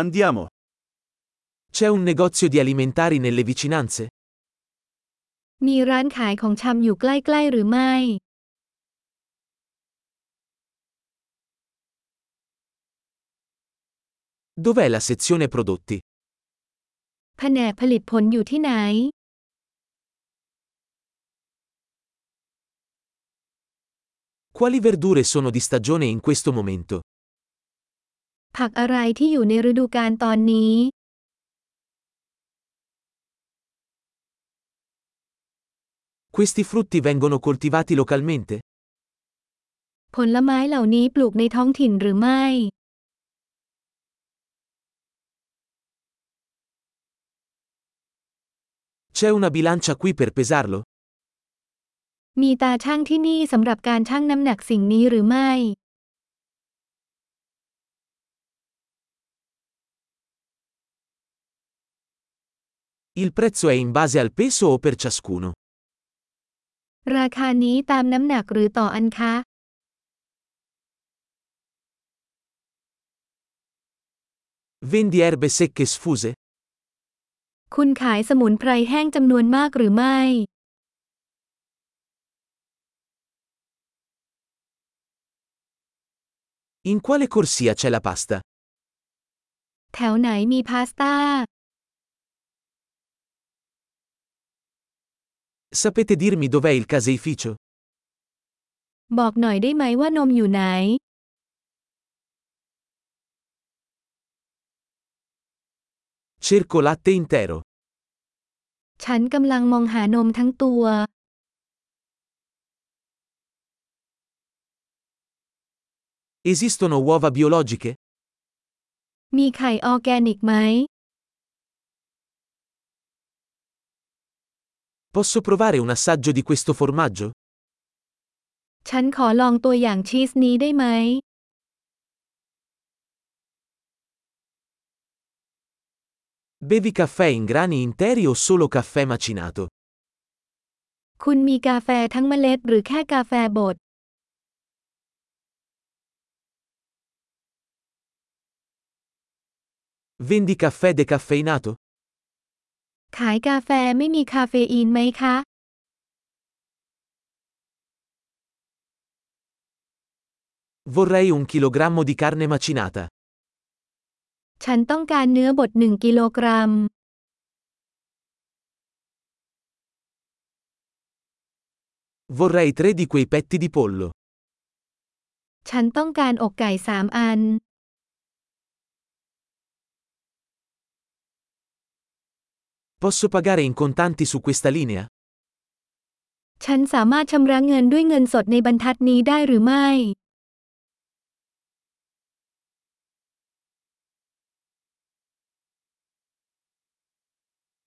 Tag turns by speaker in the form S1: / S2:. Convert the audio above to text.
S1: Andiamo.
S2: C'è un negozio di alimentari nelle vicinanze?
S3: มีร้านขายของชำอยู่ใกล้ ๆ หรือไม่
S2: Dov'è la sezione prodotti?
S3: แผนกผลิตผลอยู่ที่ไหน
S2: Quali verdure sono di stagione in questo momento?
S3: ผักอะไรที่อยู่ในฤดูกาลตอนนี้
S2: Questi frutti vengono coltivati localmente?
S3: ผลไม้เหล่านี้ปลูกในท้องถิ่นหรือไม่
S2: C'è una bilancia qui per pesarlo?
S3: มีตาช่างที่นี่สำหรับการชั่งน้ำหนักสิ่งนี้หรือไม่
S2: Il prezzo è in base al peso o per ciascuno?
S3: ราคานี้ตามน้ำหนักหรือต่ออันคะ
S2: Vendi erbe secche sfuse?
S3: คุณขายสมุนไพรแห้งจำนวนมากหรือไม่
S2: In quale corsia c'è la pasta?
S3: แถวไหนมีพาสต้า
S2: Sapete dirmi dov'è il caseificio?
S3: บอกหน่อยได้ไหมว่านมอยู่ไหน
S2: Cerco latte intero.
S3: ฉันกำลังมองหานมทั้งตัว
S2: Esistono uova biologiche?
S3: มีไข่ออร์แกนิกไหม
S2: Posso provare un assaggio di questo formaggio?
S3: ฉันขอลองตัวอย่างชีสนี้ได้ไหม
S2: Bevi caffè in grani interi o solo caffè macinato?
S3: คุณมีกาแฟทั้งเมล็ดหรือแค่กาแฟบด
S2: Vendi caffè decaffeinato?
S3: ขายกาแฟไม่มีคาเฟอีนไหมคะ
S2: Vorrei un chilogrammo di carne macinata.
S3: ฉันต้องการเนื้อบด1กิโลกรัม
S2: Vorrei tre di quei petti di pollo.
S3: ฉันต้องการอกไก่สามอัน
S2: Posso pagare in contanti su questa linea?
S3: ฉันสามารถชำระเงินด้วยเงินสดในบรรทัดนี้ได้หรือไม่